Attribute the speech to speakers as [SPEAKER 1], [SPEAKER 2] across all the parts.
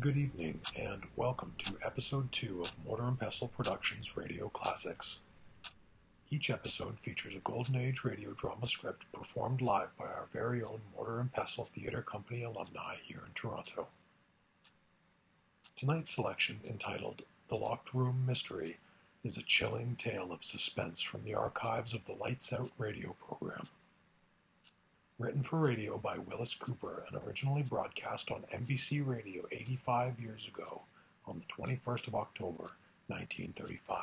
[SPEAKER 1] Good evening, and welcome to episode two of Mortar and Pestle Productions Radio Classics. Each episode features a Golden Age radio drama script performed live by our very own Mortar and Pestle Theatre Company alumni here in Toronto. Tonight's selection, entitled The Locked Room Mystery, is a chilling tale of suspense from the archives of the Lights Out radio program. Written for radio by Willis Cooper and originally broadcast on NBC Radio 85 years ago on the 21st of October 1935.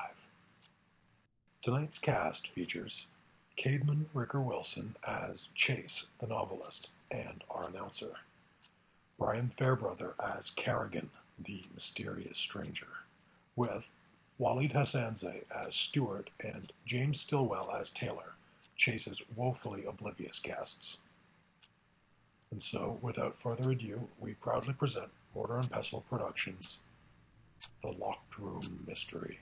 [SPEAKER 1] Tonight's cast features Cademan Ricker Wilson as Chase, the novelist, and our announcer, Brian Fairbrother as Carrigan, the mysterious stranger, with Walid Hassanze as Stewart and James Stillwell as Taylor, Chase's woefully oblivious guests. And so, without further ado, we proudly present Mortar and Pestle Productions The Locked Room Mystery.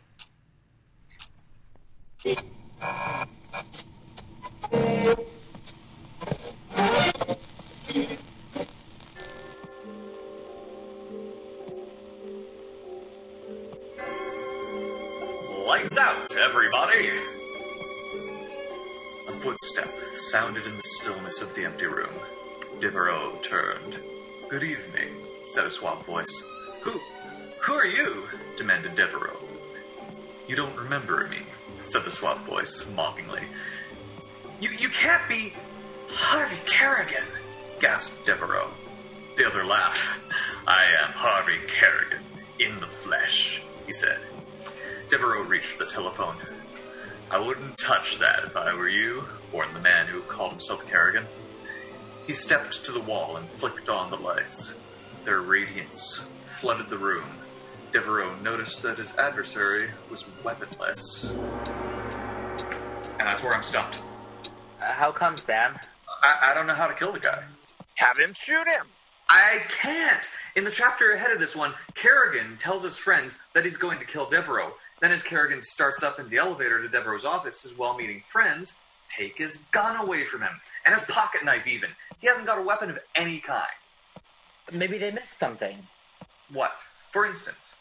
[SPEAKER 2] Lights out, everybody! A footstep sounded in the stillness of the empty room. Devereaux turned. Good evening, said a suave voice. Who who are you? demanded Devereaux. You don't remember me, said the suave voice, mockingly. You you can't be Harvey Kerrigan, gasped Devereaux. The other laughed. I am Harvey Kerrigan, in the flesh, he said. Devereaux reached for the telephone. I wouldn't touch that if I were you, warned the man who called himself Kerrigan. He stepped to the wall and flicked on the lights. Their radiance flooded the room. Devereaux noticed that his adversary was weaponless. And that's where I'm stumped.
[SPEAKER 3] Uh, how come, Sam?
[SPEAKER 2] I, I don't know how to kill the guy.
[SPEAKER 4] Have him shoot him.
[SPEAKER 2] I can't. In the chapter ahead of this one, Kerrigan tells his friends that he's going to kill Devereaux. Then, as Kerrigan starts up in the elevator to Devereaux's office, his well meaning friends take his gun away from him and his pocket knife, even. He hasn't got a weapon of any kind.
[SPEAKER 3] Maybe they missed something.
[SPEAKER 2] What? For instance,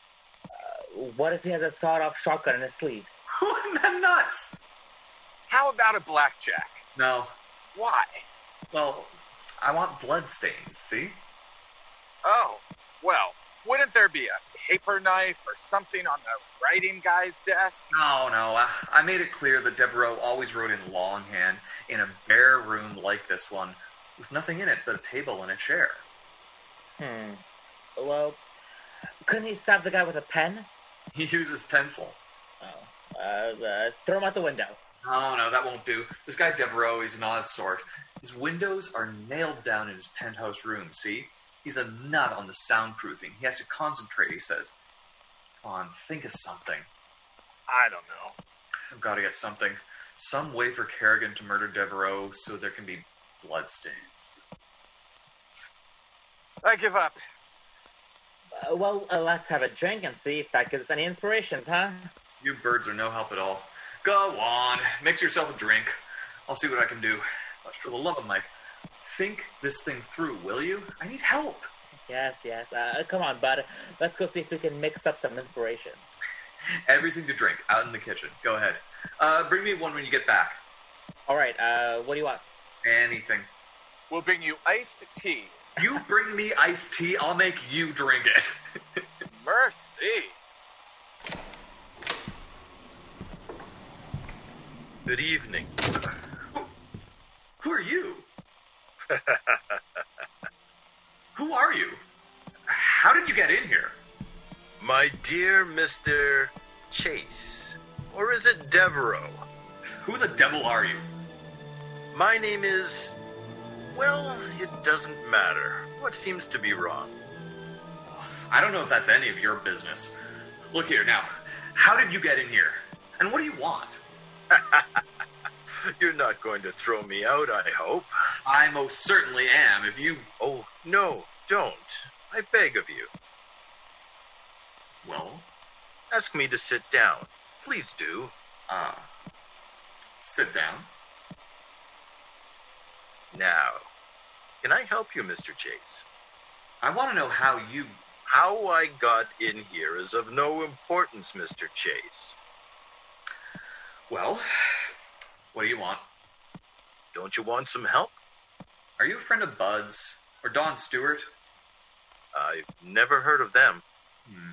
[SPEAKER 3] What if he has a sawed off shotgun in his sleeves?
[SPEAKER 2] wouldn't that nuts?
[SPEAKER 4] How about a blackjack?
[SPEAKER 2] No.
[SPEAKER 4] Why?
[SPEAKER 2] Well, I want bloodstains, see?
[SPEAKER 4] Oh, well, wouldn't there be a paper knife or something on the writing guy's desk?
[SPEAKER 2] No, no. I, I made it clear that Devereaux always wrote in longhand in a bare room like this one with nothing in it but a table and a chair.
[SPEAKER 3] Hmm. Well, couldn't he stab the guy with a pen?
[SPEAKER 2] He uses pencil.
[SPEAKER 3] Oh. Uh, uh, throw him out the window.
[SPEAKER 2] Oh no, that won't do. This guy Devereaux, he's an odd sort. His windows are nailed down in his penthouse room, see? He's a nut on the soundproofing. He has to concentrate, he says. Come on, think of something.
[SPEAKER 4] I don't know.
[SPEAKER 2] I've got to get something. Some way for Kerrigan to murder Devereaux so there can be bloodstains.
[SPEAKER 4] I give up.
[SPEAKER 3] Uh, well, uh, let's have a drink and see if that gives us any inspirations, huh?
[SPEAKER 2] You birds are no help at all. Go on, mix yourself a drink. I'll see what I can do. But for the love of Mike, think this thing through, will you? I need help.
[SPEAKER 3] Yes, yes. Uh, come on, bud. Let's go see if we can mix up some inspiration.
[SPEAKER 2] Everything to drink out in the kitchen. Go ahead. Uh, bring me one when you get back.
[SPEAKER 3] All right. Uh, what do you want?
[SPEAKER 2] Anything.
[SPEAKER 4] We'll bring you iced tea.
[SPEAKER 2] You bring me iced tea, I'll make you drink it.
[SPEAKER 4] Mercy.
[SPEAKER 5] Good evening.
[SPEAKER 2] Who are you? Who are you? How did you get in here?
[SPEAKER 5] My dear Mr. Chase, or is it Devereaux?
[SPEAKER 2] Who the devil are you?
[SPEAKER 5] My name is. Well, it doesn't matter. What seems to be wrong?
[SPEAKER 2] I don't know if that's any of your business. Look here now. How did you get in here? And what do you want?
[SPEAKER 5] You're not going to throw me out, I hope.
[SPEAKER 2] I most certainly am. If you.
[SPEAKER 5] Oh, no, don't. I beg of you.
[SPEAKER 2] Well,
[SPEAKER 5] Ask me to sit down. Please do.
[SPEAKER 2] uh. Sit down.
[SPEAKER 5] Now. Can I help you, Mr. Chase?
[SPEAKER 2] I want to know how you
[SPEAKER 5] How I got in here is of no importance, Mr. Chase.
[SPEAKER 2] Well, what do you want?
[SPEAKER 5] Don't you want some help?
[SPEAKER 2] Are you a friend of Bud's or Don Stewart?
[SPEAKER 5] I've never heard of them.
[SPEAKER 2] Hmm.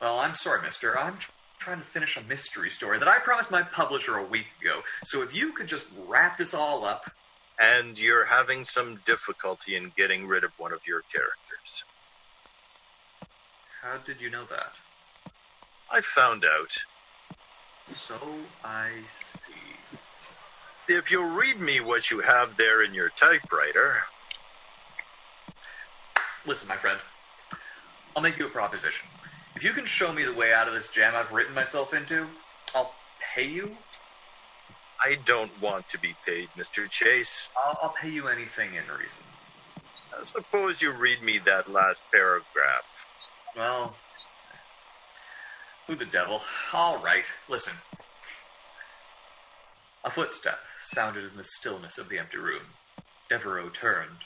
[SPEAKER 2] Well, I'm sorry, mister. I'm tr- trying to finish a mystery story that I promised my publisher a week ago. So if you could just wrap this all up.
[SPEAKER 5] And you're having some difficulty in getting rid of one of your characters.
[SPEAKER 2] How did you know that?
[SPEAKER 5] I found out.
[SPEAKER 2] So I see.
[SPEAKER 5] If you'll read me what you have there in your typewriter,
[SPEAKER 2] Listen, my friend. I'll make you a proposition. If you can show me the way out of this jam I've written myself into, I'll pay you.
[SPEAKER 5] I don't want to be paid, Mr. Chase.
[SPEAKER 2] I'll, I'll pay you anything in reason.
[SPEAKER 5] Uh, Suppose you read me that last paragraph.
[SPEAKER 2] Well, who the devil? All right, listen. A footstep sounded in the stillness of the empty room. Devereaux turned.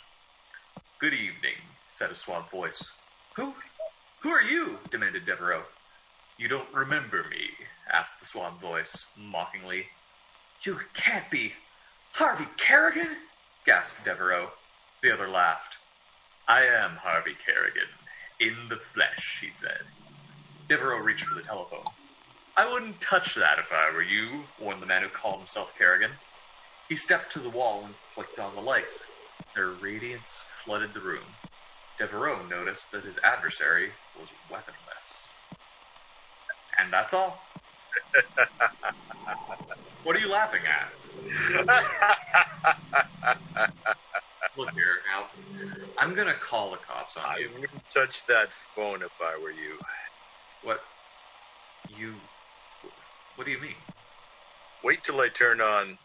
[SPEAKER 2] Good evening, said a suave voice. Who? Who are you? demanded Devereaux. You don't remember me? asked the suave voice, mockingly. You can't be Harvey Kerrigan? gasped Devereaux. The other laughed. I am Harvey Kerrigan, in the flesh, he said. Devereaux reached for the telephone. I wouldn't touch that if I were you, warned the man who called himself Kerrigan. He stepped to the wall and flicked on the lights. Their radiance flooded the room. Devereaux noticed that his adversary was weaponless. And that's all. what are you laughing at? Look here, Alf. I'm gonna call the cops on
[SPEAKER 5] I
[SPEAKER 2] you.
[SPEAKER 5] wouldn't touch that phone if I were you.
[SPEAKER 2] What? You? What do you mean?
[SPEAKER 5] Wait till I turn on.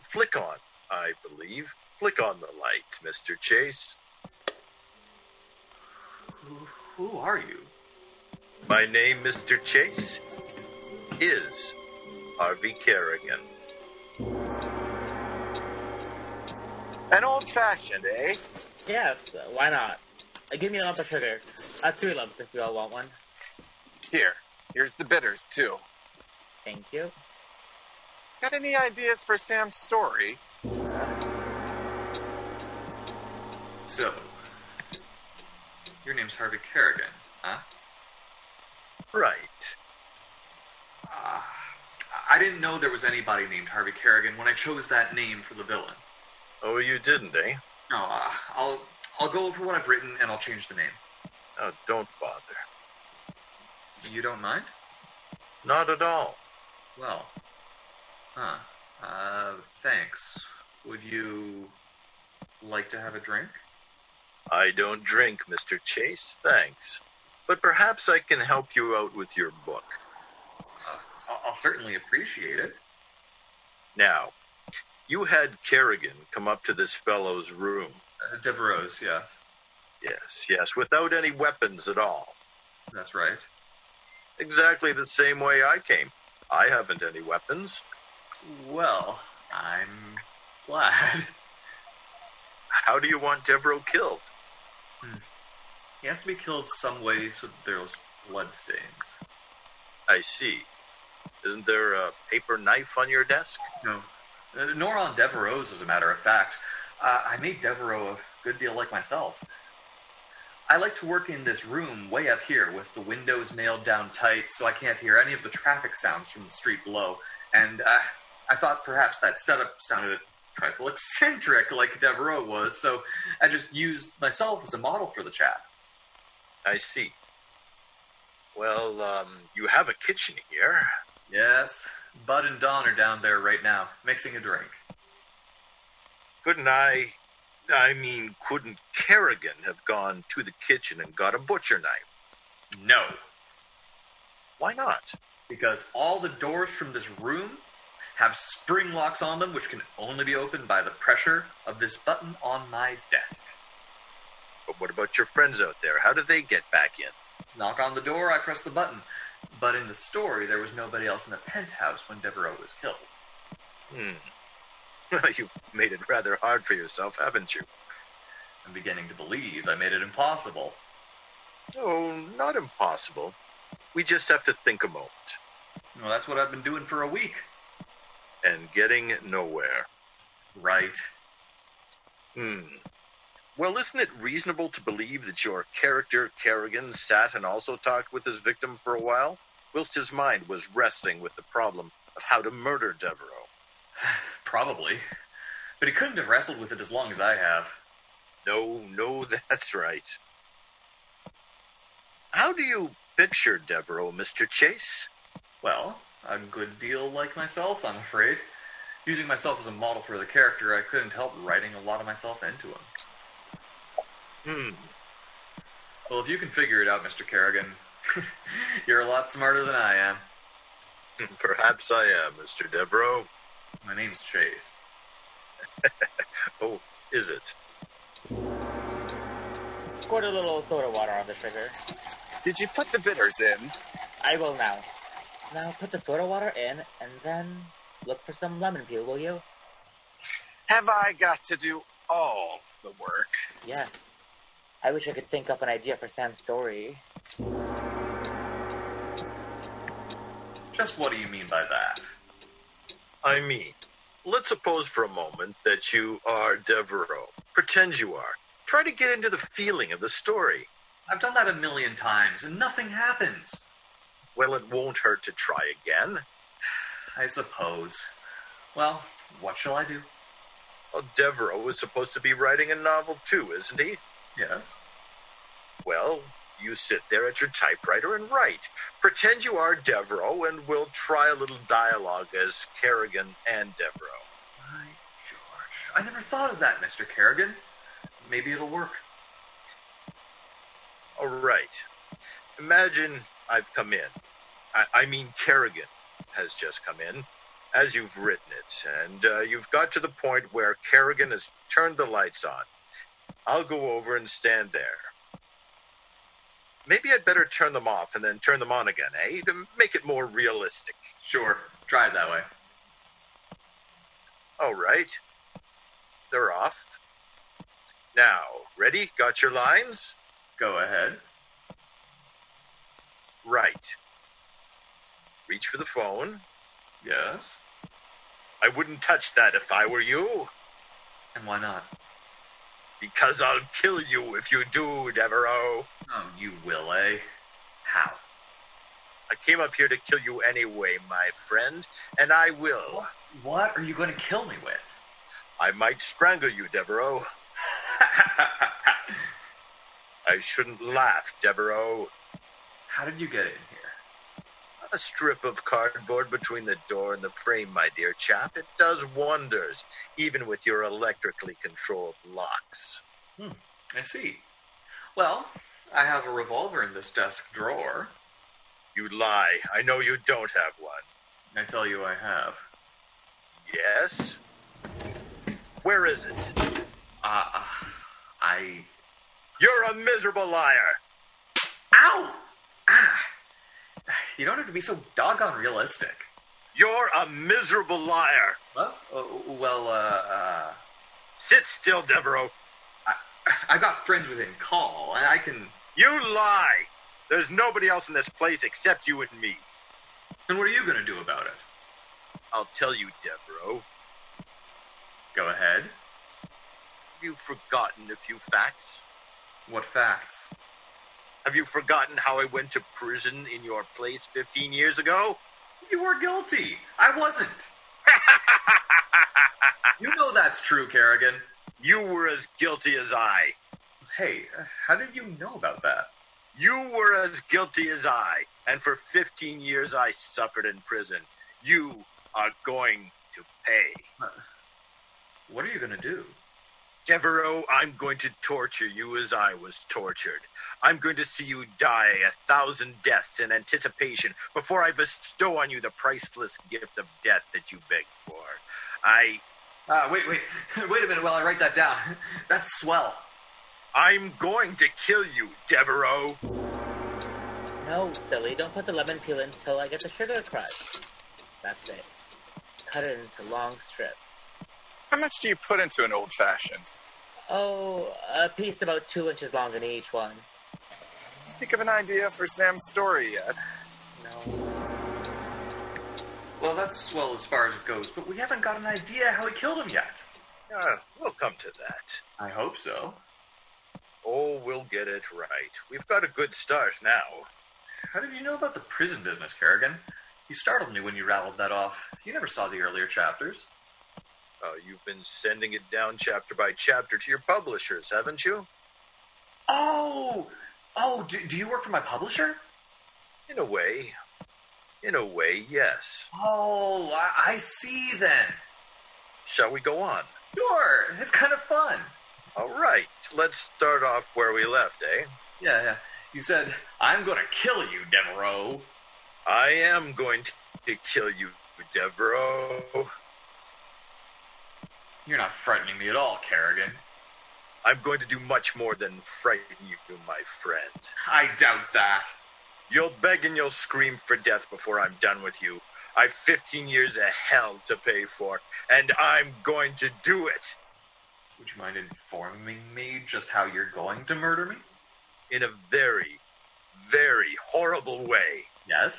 [SPEAKER 5] Flick on, I believe. Flick on the light, Mr. Chase.
[SPEAKER 2] Who, who are you?
[SPEAKER 5] My name, Mr. Chase, is Harvey Kerrigan.
[SPEAKER 4] An old fashioned, eh?
[SPEAKER 3] Yes, why not? Uh, Give me a lump of sugar. Uh, three lumps if you all want one.
[SPEAKER 4] Here, here's the bitters too.
[SPEAKER 3] Thank you.
[SPEAKER 4] Got any ideas for Sam's story?
[SPEAKER 2] So, your name's Harvey Kerrigan, huh?
[SPEAKER 5] Right.
[SPEAKER 2] Ah, I didn't know there was anybody named Harvey Kerrigan when I chose that name for the villain.
[SPEAKER 5] Oh, you didn't, eh?
[SPEAKER 2] No, uh, I'll I'll go over what I've written and I'll change the name.
[SPEAKER 5] Oh, don't bother.
[SPEAKER 2] You don't mind?
[SPEAKER 5] Not at all.
[SPEAKER 2] Well, huh? Uh, thanks. Would you like to have a drink?
[SPEAKER 5] I don't drink, Mr. Chase, thanks. But perhaps I can help you out with your book.
[SPEAKER 2] I'll, I'll certainly appreciate it.
[SPEAKER 5] Now, you had Kerrigan come up to this fellow's room.
[SPEAKER 2] Uh, Devereaux's, yeah,
[SPEAKER 5] Yes, yes, without any weapons at all.
[SPEAKER 2] that's right.
[SPEAKER 5] Exactly the same way I came. I haven't any weapons.
[SPEAKER 2] Well, I'm glad.
[SPEAKER 5] How do you want Devereaux killed?
[SPEAKER 2] He has to be killed some way so that there's bloodstains.
[SPEAKER 5] I see. Isn't there a paper knife on your desk?
[SPEAKER 2] No. Uh, nor on Devereaux's, as a matter of fact. Uh, I made Devereaux a good deal like myself. I like to work in this room way up here with the windows nailed down tight so I can't hear any of the traffic sounds from the street below. And uh, I thought perhaps that setup sounded a trifle eccentric like Devereaux was, so I just used myself as a model for the chap.
[SPEAKER 5] I see. Well, um, you have a kitchen here.
[SPEAKER 2] Yes, Bud and Don are down there right now, mixing a drink.
[SPEAKER 5] Couldn't I? I mean, couldn't Kerrigan have gone to the kitchen and got a butcher knife?
[SPEAKER 2] No,
[SPEAKER 5] Why not?
[SPEAKER 2] because all the doors from this room have spring locks on them, which can only be opened by the pressure of this button on my desk.
[SPEAKER 5] But what about your friends out there? How did they get back in?
[SPEAKER 2] Knock on the door, I press the button. But in the story, there was nobody else in the penthouse when Devereaux was killed.
[SPEAKER 5] Hmm. You've made it rather hard for yourself, haven't you?
[SPEAKER 2] I'm beginning to believe I made it impossible.
[SPEAKER 5] Oh, not impossible. We just have to think a moment.
[SPEAKER 2] Well, that's what I've been doing for a week.
[SPEAKER 5] And getting nowhere.
[SPEAKER 2] Right.
[SPEAKER 5] Hmm. Well, isn't it reasonable to believe that your character, Kerrigan, sat and also talked with his victim for a while, whilst his mind was wrestling with the problem of how to murder Devereaux?
[SPEAKER 2] Probably. But he couldn't have wrestled with it as long as I have.
[SPEAKER 5] No, no, that's right. How do you picture Devereaux, Mr. Chase?
[SPEAKER 2] Well, a good deal like myself, I'm afraid. Using myself as a model for the character, I couldn't help writing a lot of myself into him.
[SPEAKER 5] Hmm.
[SPEAKER 2] Well, if you can figure it out, Mr. Kerrigan, you're a lot smarter than I am.
[SPEAKER 5] Hmm, Perhaps I am, Mr. Devereaux.
[SPEAKER 2] My name's Chase.
[SPEAKER 5] Oh, is it?
[SPEAKER 3] Squirt a little soda water on the trigger.
[SPEAKER 4] Did you put the bitters in?
[SPEAKER 3] I will now. Now put the soda water in, and then look for some lemon peel, will you?
[SPEAKER 4] Have I got to do all the work?
[SPEAKER 3] Yes. I wish I could think up an idea for Sam's story.
[SPEAKER 2] Just what do you mean by that?
[SPEAKER 5] I mean, let's suppose for a moment that you are Devereaux. Pretend you are. Try to get into the feeling of the story.
[SPEAKER 2] I've done that a million times, and nothing happens.
[SPEAKER 5] Well, it won't hurt to try again.
[SPEAKER 2] I suppose. Well, what shall I do?
[SPEAKER 5] Well, Oh, Devereaux was supposed to be writing a novel too, isn't he?
[SPEAKER 2] Yes.
[SPEAKER 5] Well, you sit there at your typewriter and write. Pretend you are Devereaux, and we'll try a little dialogue as Kerrigan and Devereaux.
[SPEAKER 2] My George. I never thought of that, Mr. Kerrigan. Maybe it'll work.
[SPEAKER 5] All right. Imagine I've come in. I, I mean, Kerrigan has just come in as you've written it, and uh, you've got to the point where Kerrigan has turned the lights on. I'll go over and stand there. Maybe I'd better turn them off and then turn them on again, eh? To make it more realistic.
[SPEAKER 2] Sure. Try it that way.
[SPEAKER 5] All right. They're off. Now, ready? Got your lines?
[SPEAKER 2] Go ahead.
[SPEAKER 5] Right. Reach for the phone.
[SPEAKER 2] Yes.
[SPEAKER 5] I wouldn't touch that if I were you,
[SPEAKER 2] And why not?
[SPEAKER 5] because I'll kill you if you do, Devereaux.
[SPEAKER 2] Oh, you will, eh? How?
[SPEAKER 5] I came up here to kill you anyway, my friend, and I will.
[SPEAKER 2] What are you going to kill me with?
[SPEAKER 5] I might strangle you, Devereaux. I shouldn't laugh, Devereaux.
[SPEAKER 2] How did you get in here?
[SPEAKER 5] A strip of cardboard between the door and the frame, my dear chap. It does wonders, even with your electrically controlled locks.
[SPEAKER 2] I see. Well, I have a revolver in this desk drawer.
[SPEAKER 5] You lie. I know you don't have one.
[SPEAKER 2] I tell you, I have.
[SPEAKER 5] Yes? Where is it?
[SPEAKER 2] Uh, I.
[SPEAKER 5] You're a miserable liar.
[SPEAKER 2] Ow! Ah! You don't have to be so doggone realistic.
[SPEAKER 5] You're a miserable liar.
[SPEAKER 2] Well, uh, well, uh, uh,
[SPEAKER 5] Sit still, Devereaux.
[SPEAKER 2] I've got friends within call, and I can.
[SPEAKER 5] You lie. There's nobody else in this place except you and me.
[SPEAKER 2] And what are you going to do about it?
[SPEAKER 5] I'll tell you, Devereaux.
[SPEAKER 2] Go ahead.
[SPEAKER 5] Have you forgotten a few facts?
[SPEAKER 2] What facts?
[SPEAKER 5] Have you forgotten how I went to prison in your place 15 years ago?
[SPEAKER 2] You were guilty. I wasn't. You know that's true, Kerrigan.
[SPEAKER 5] you were as guilty as I.
[SPEAKER 2] Hey, uh, how did you know about that?
[SPEAKER 5] You were as guilty as I. And for 15 years I suffered in prison. You are going to pay.
[SPEAKER 2] What are you going to do?
[SPEAKER 5] Devereaux, I'm going to torture you as I was tortured. I'm going to see you die a thousand deaths in anticipation before I bestow on you the priceless gift of death that you begged for. I,
[SPEAKER 2] Uh, wait, wait, wait a minute while I write that down. That's swell.
[SPEAKER 5] I'm going to kill you, Devereaux.
[SPEAKER 3] No, silly, don't put the lemon peel in until I get the sugar crush. That's it. Cut it into long strips.
[SPEAKER 4] How much do you put into an old fashioned?
[SPEAKER 3] Oh, a piece about two inches long in each one.
[SPEAKER 4] think of an idea for Sam's story yet.
[SPEAKER 3] No.
[SPEAKER 2] Well, that's well as far as it goes, but we haven't got an idea how he killed him yet.
[SPEAKER 5] Uh, we'll come to that.
[SPEAKER 2] I hope so.
[SPEAKER 5] Oh, we'll get it right. We've got a good start now.
[SPEAKER 2] How did you know about the prison business, Kerrigan? You startled me when you rattled that off. You never saw the earlier chapters.
[SPEAKER 5] Uh, you've been sending it down chapter by chapter to your publishers, haven't you?
[SPEAKER 2] Oh! Oh, do, do you work for my publisher?
[SPEAKER 5] In a way. In a way, yes.
[SPEAKER 2] Oh, I, I see then.
[SPEAKER 5] Shall we go on?
[SPEAKER 2] Sure, it's kind of fun.
[SPEAKER 5] All right, let's start off where we left, eh?
[SPEAKER 2] Yeah, yeah. You said, I'm gonna kill you, Devereaux.
[SPEAKER 5] I am going to kill you, Devereaux.
[SPEAKER 2] You're not frightening me at all, Kerrigan.
[SPEAKER 5] I'm going to do much more than frighten you, my friend.
[SPEAKER 2] I doubt that.
[SPEAKER 5] You'll beg and you'll scream for death before I'm done with you. I've 15 years of hell to pay for, and I'm going to do it
[SPEAKER 2] Would you mind informing me just how you're going to murder me?
[SPEAKER 5] in a very, very horrible way.
[SPEAKER 2] Yes.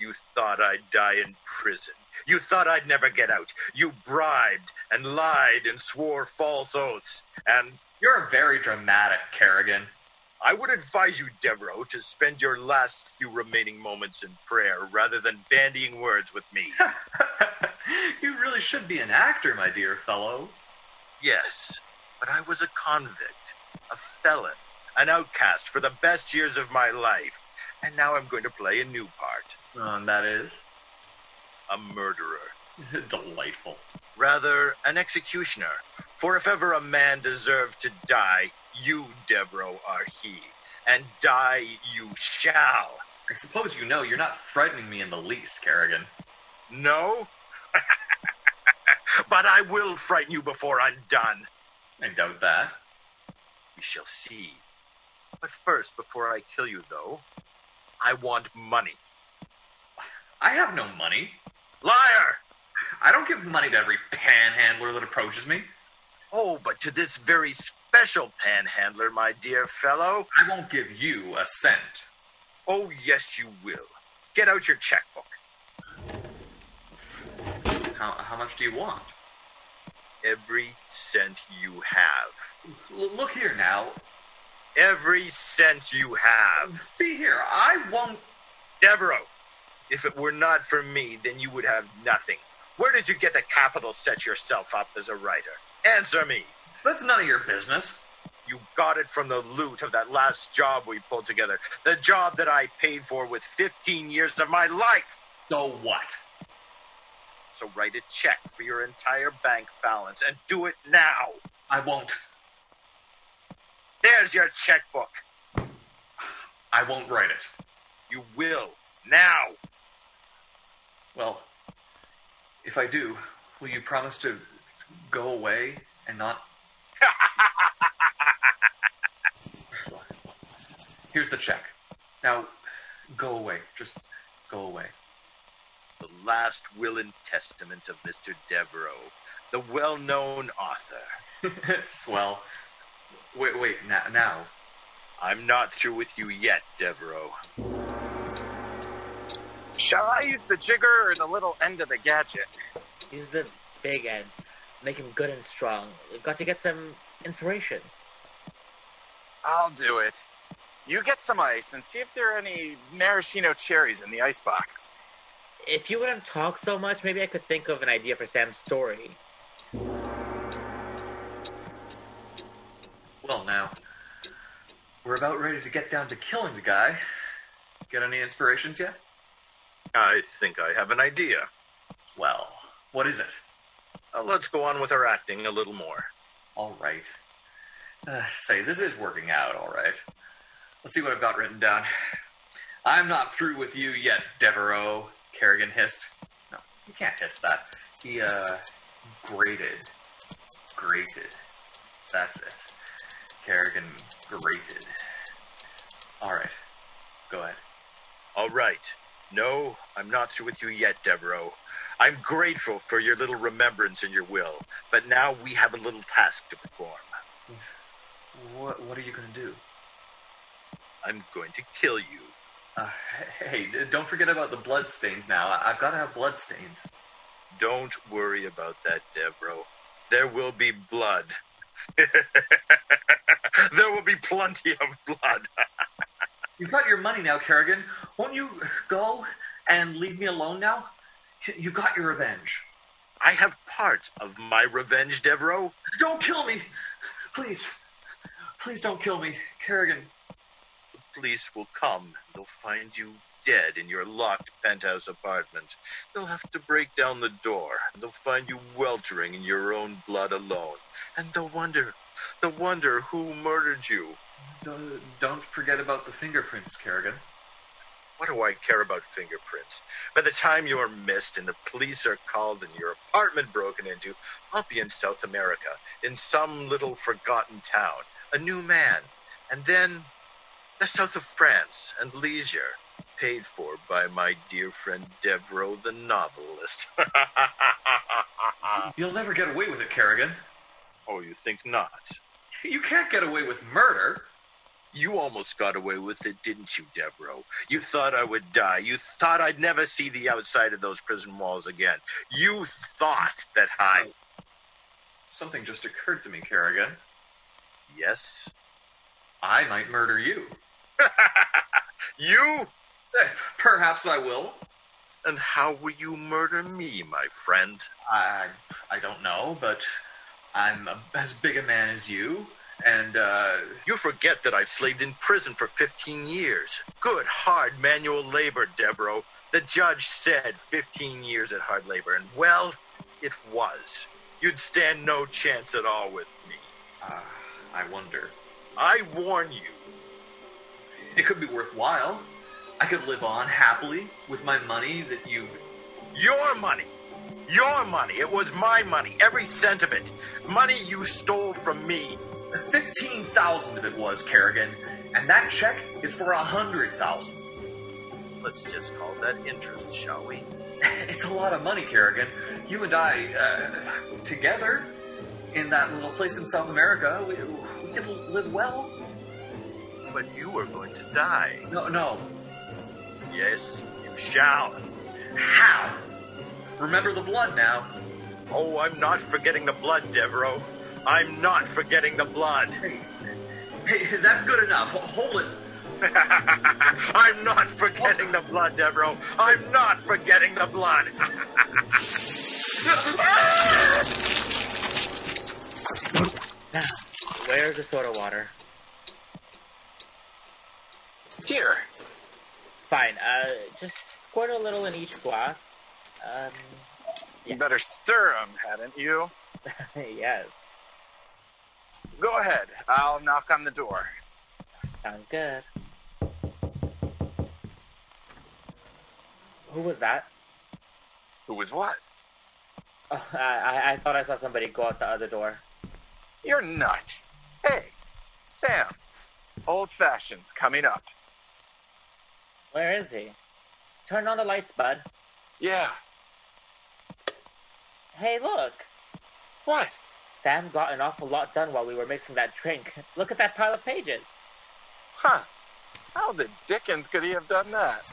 [SPEAKER 5] You thought I'd die in prison. You thought I'd never get out. You bribed and lied and swore false oaths. And
[SPEAKER 2] You're very dramatic, Kerrigan.
[SPEAKER 5] I would advise you, Devereaux, to spend your last few remaining moments in prayer rather than bandying words with me.
[SPEAKER 2] you really should be an actor, my dear fellow.
[SPEAKER 5] yes, but I was a convict, a felon, an outcast for the best years of my life. And now I'm going to play a new part
[SPEAKER 2] Um, that is
[SPEAKER 5] a murderer.
[SPEAKER 2] delightful.
[SPEAKER 5] rather an executioner. For if ever a man deserved to die, you, Devereaux, are he, and die you shall.
[SPEAKER 2] I suppose you know you're not frightening me in the least, Kerrigan.
[SPEAKER 5] No? but I will frighten you before I'm done.
[SPEAKER 2] I doubt that.
[SPEAKER 5] We shall see. But first, before I kill you, though, I want money.
[SPEAKER 2] I have no money.
[SPEAKER 5] Liar!
[SPEAKER 2] I don't give money to every panhandler that approaches me.
[SPEAKER 5] Oh, but to this very special panhandler, my dear fellow.
[SPEAKER 2] I won't give you a cent.
[SPEAKER 5] Oh, yes, you will. Get out your checkbook.
[SPEAKER 2] How, how much do you want?
[SPEAKER 5] Every cent you have.
[SPEAKER 2] L- look here now. Uh,
[SPEAKER 5] every cent you have.
[SPEAKER 2] See here, I won't.
[SPEAKER 5] Devereaux, if it were not for me, then you would have nothing. Where did you get the capital to set yourself up as a writer? Answer me.
[SPEAKER 2] That's none of your business.
[SPEAKER 5] You got it from the loot of that last job we pulled together, the job that I paid for with 15 years of my life.
[SPEAKER 2] So what?
[SPEAKER 5] So write a check for your entire bank balance and do it now.
[SPEAKER 2] I won't.
[SPEAKER 5] There's your checkbook.
[SPEAKER 2] I won't write it.
[SPEAKER 5] You will now.
[SPEAKER 2] Well, if I do, will you promise to go away and not. Here's the check. Now, go away. Just go away.
[SPEAKER 5] the last will and testament of Mr. Devereux, the well known author.
[SPEAKER 2] Swell. Wait, wait, now, now.
[SPEAKER 5] I'm not through with you yet, Devereux.
[SPEAKER 4] Shall I use the jigger or the little end of the gadget?
[SPEAKER 3] Use the big end. Make him good and strong. We've got to get some inspiration.
[SPEAKER 4] I'll do it. You get some ice and see if there are any maraschino cherries in the icebox.
[SPEAKER 3] If you wouldn't talk so much, maybe I could think of an idea for Sam's story.
[SPEAKER 2] Well, now. We're about ready to get down to killing the guy. Get any inspirations yet?
[SPEAKER 5] I think I have an idea.
[SPEAKER 2] Well, what is it?
[SPEAKER 5] Uh, let's go on with our acting a little more.
[SPEAKER 2] All right. Uh, say, this is working out all right. Let's see what I've got written down. I'm not through with you yet, Devereaux. Kerrigan hissed. No, you can't hiss that. He, uh, grated. Grated. That's it. Kerrigan grated. All right. Go ahead.
[SPEAKER 5] All right. No, I'm not through with you yet, Devereux. I'm grateful for your little remembrance and your will, but now we have a little task to perform.
[SPEAKER 2] What, what are you going to do?
[SPEAKER 5] I'm going to kill you.
[SPEAKER 2] Uh, hey, d- don't forget about the blood stains now. I- I've got to have blood stains.
[SPEAKER 5] Don't worry about that, Devro. There will be blood. there will be plenty of blood.
[SPEAKER 2] You've got your money now, Kerrigan. Won't you go and leave me alone now? You- You got your revenge.
[SPEAKER 5] I have part of my revenge, Devro.
[SPEAKER 2] Don't kill me! Please. Please don't kill me, Kerrigan.
[SPEAKER 5] The police will come. They'll find you dead in your locked penthouse apartment. They'll have to break down the door. They'll find you weltering in your own blood alone. And they'll wonder, they'll wonder who murdered you.
[SPEAKER 2] Don't, don't forget about the fingerprints, Kerrigan.
[SPEAKER 5] What do I care about fingerprints? By the time you're missed and the police are called and your apartment broken into, I'll be in South America, in some little forgotten town, a new man, and then the south of France and leisure, paid for by my dear friend Devereux the novelist.
[SPEAKER 2] You'll never get away with it, Kerrigan.
[SPEAKER 5] oh, you think not?
[SPEAKER 2] You can't get away with murder.
[SPEAKER 5] You almost got away with it, didn't you, Devereaux? You thought I would die. You thought I'd never see the outside of those prison walls again. You thought that I.
[SPEAKER 2] Something just occurred to me, Kerrigan.
[SPEAKER 5] Yes?
[SPEAKER 2] I might murder you.
[SPEAKER 5] you?
[SPEAKER 2] Eh, Perhaps I will.
[SPEAKER 5] And how will you murder me, my friend?
[SPEAKER 2] I I don't know, but I'm a, as big a man as you, and uh,
[SPEAKER 5] You forget that I've slaved in prison for 15 years. Good, hard manual labor, Devereaux. The judge said 15 years at hard labor, and well, it was. You'd stand no chance at all with me.
[SPEAKER 2] uh, I wonder.
[SPEAKER 5] I warn you.
[SPEAKER 2] It could be worthwhile. I could live on happily with my money that you.
[SPEAKER 5] Your money. Your money. It was my money. Every cent of it. Money you stole from me.
[SPEAKER 2] Fifteen thousand of it was Kerrigan, and that check is for a hundred thousand.
[SPEAKER 5] Let's just call that interest, shall we?
[SPEAKER 2] It's a lot of money, Kerrigan. You and I, uh, together, in that little place in South America, we, we could live well.
[SPEAKER 5] But you are going to die.
[SPEAKER 2] No, no,
[SPEAKER 5] Yes, you shall.
[SPEAKER 2] How? Remember the blood now.
[SPEAKER 5] Oh, I'm not forgetting the blood, Devereaux. I'm not forgetting the blood.
[SPEAKER 2] Hey, hey, that's good enough. Ho- Hold it.
[SPEAKER 5] I'm not forgetting the blood, Devereaux. I'm not forgetting the blood.
[SPEAKER 3] Now, where's the soda water?
[SPEAKER 4] Here.
[SPEAKER 3] Fine. Uh, just squirt a little in each glass. Um,
[SPEAKER 4] You better stir them, hadn't you?
[SPEAKER 3] yes,
[SPEAKER 4] Go ahead. I'll knock on the door.
[SPEAKER 3] sounds good. Who was that?
[SPEAKER 4] Who was what?
[SPEAKER 3] Oh, I, I, I thought I saw somebody go out the other door.
[SPEAKER 4] You're nuts. Hey, Sam. Old fashions coming up.
[SPEAKER 3] Where is he? Turn on the lights, bud.
[SPEAKER 4] Yeah.
[SPEAKER 3] Hey, look.
[SPEAKER 4] What?
[SPEAKER 3] Sam got an awful lot done while we were mixing that drink. Look at that pile of pages.
[SPEAKER 4] Huh. How the dickens could he have done that?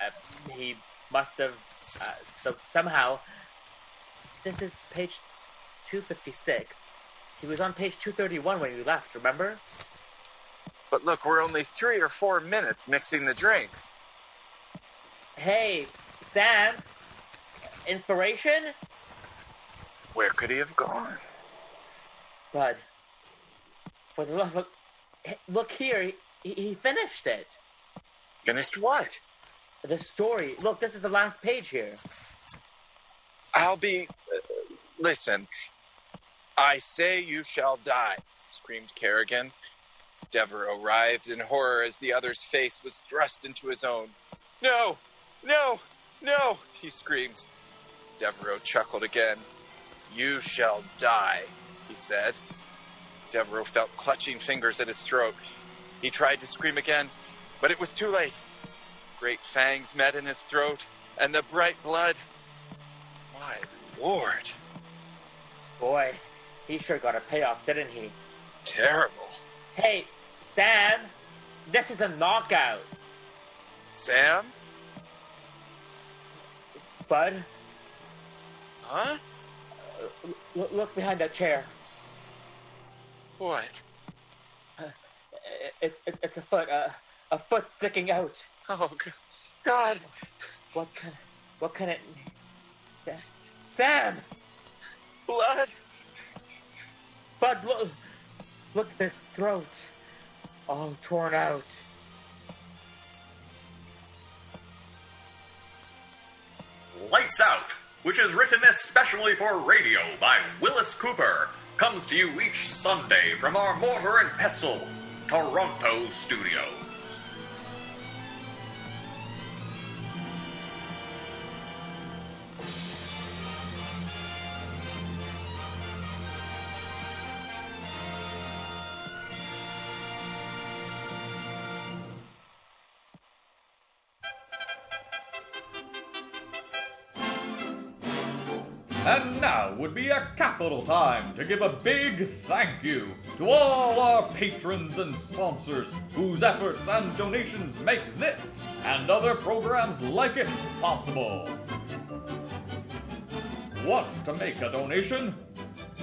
[SPEAKER 3] Uh, he must have uh, so somehow. This is page 256. He was on page 231 when you left, remember?
[SPEAKER 4] But look, we're only three or four minutes mixing the drinks.
[SPEAKER 3] Hey, Sam. Inspiration?
[SPEAKER 4] Where could he have gone?
[SPEAKER 3] Bud. For the love of. H- Look here. He, he finished it.
[SPEAKER 4] Finished what?
[SPEAKER 3] The story. Look, this is the last page here.
[SPEAKER 4] I'll be. Uh, listen. I say you shall die, screamed Kerrigan. Devereaux writhed in horror as the other's face was thrust into his own. No! No! No! he screamed. Devereaux chuckled again. You shall die, he said. Devereaux felt clutching fingers at his throat. He tried to scream again, but it was too late. Great fangs met in his throat, and the bright blood my lord.
[SPEAKER 3] Boy, he sure got a payoff, didn't he?
[SPEAKER 4] Terrible.
[SPEAKER 3] Hey, Sam. This is a knockout,
[SPEAKER 4] Sam?
[SPEAKER 3] Bud.
[SPEAKER 4] Huh?
[SPEAKER 3] Uh, Look, look behind that chair.
[SPEAKER 4] What?
[SPEAKER 3] It, it, it's a foot. Uh, a foot sticking out.
[SPEAKER 4] Oh, g- God.
[SPEAKER 3] What can? What can it? Sam. Sam.
[SPEAKER 4] Blood?
[SPEAKER 3] Bud, look. Look at this throat. All torn out.
[SPEAKER 6] Lights Out, which is written especially for radio by Willis Cooper, comes to you each Sunday from our Mortar and Pestle, Toronto studios. And now would be a capital time to give a big thank you to all our patrons and sponsors whose efforts and donations make this and other programs like it possible. Want to make a donation?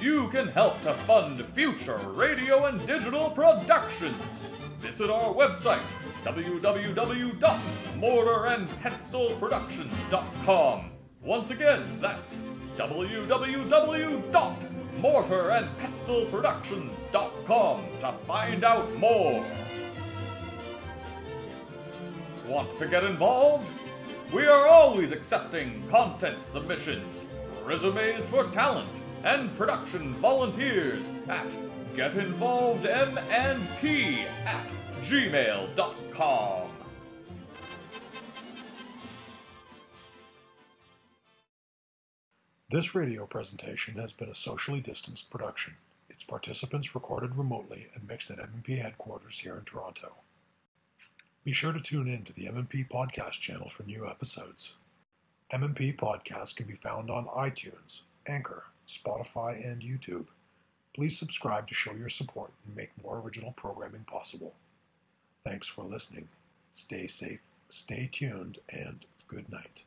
[SPEAKER 6] You can help to fund future radio and digital productions. Visit our website, www.mortarandpedestalproductions.com. Once again, that's www.mortarandpestalproductions.com to find out more. Want to get involved? We are always accepting content submissions, resumes for talent, and production volunteers at getinvolvedmnp at gmail.com.
[SPEAKER 1] This radio presentation has been a socially distanced production. Its participants recorded remotely and mixed at MMP headquarters here in Toronto. Be sure to tune in to the MMP podcast channel for new episodes. MMP podcasts can be found on iTunes, Anchor, Spotify, and YouTube. Please subscribe to show your support and make more original programming possible. Thanks for listening. Stay safe, stay tuned, and good night.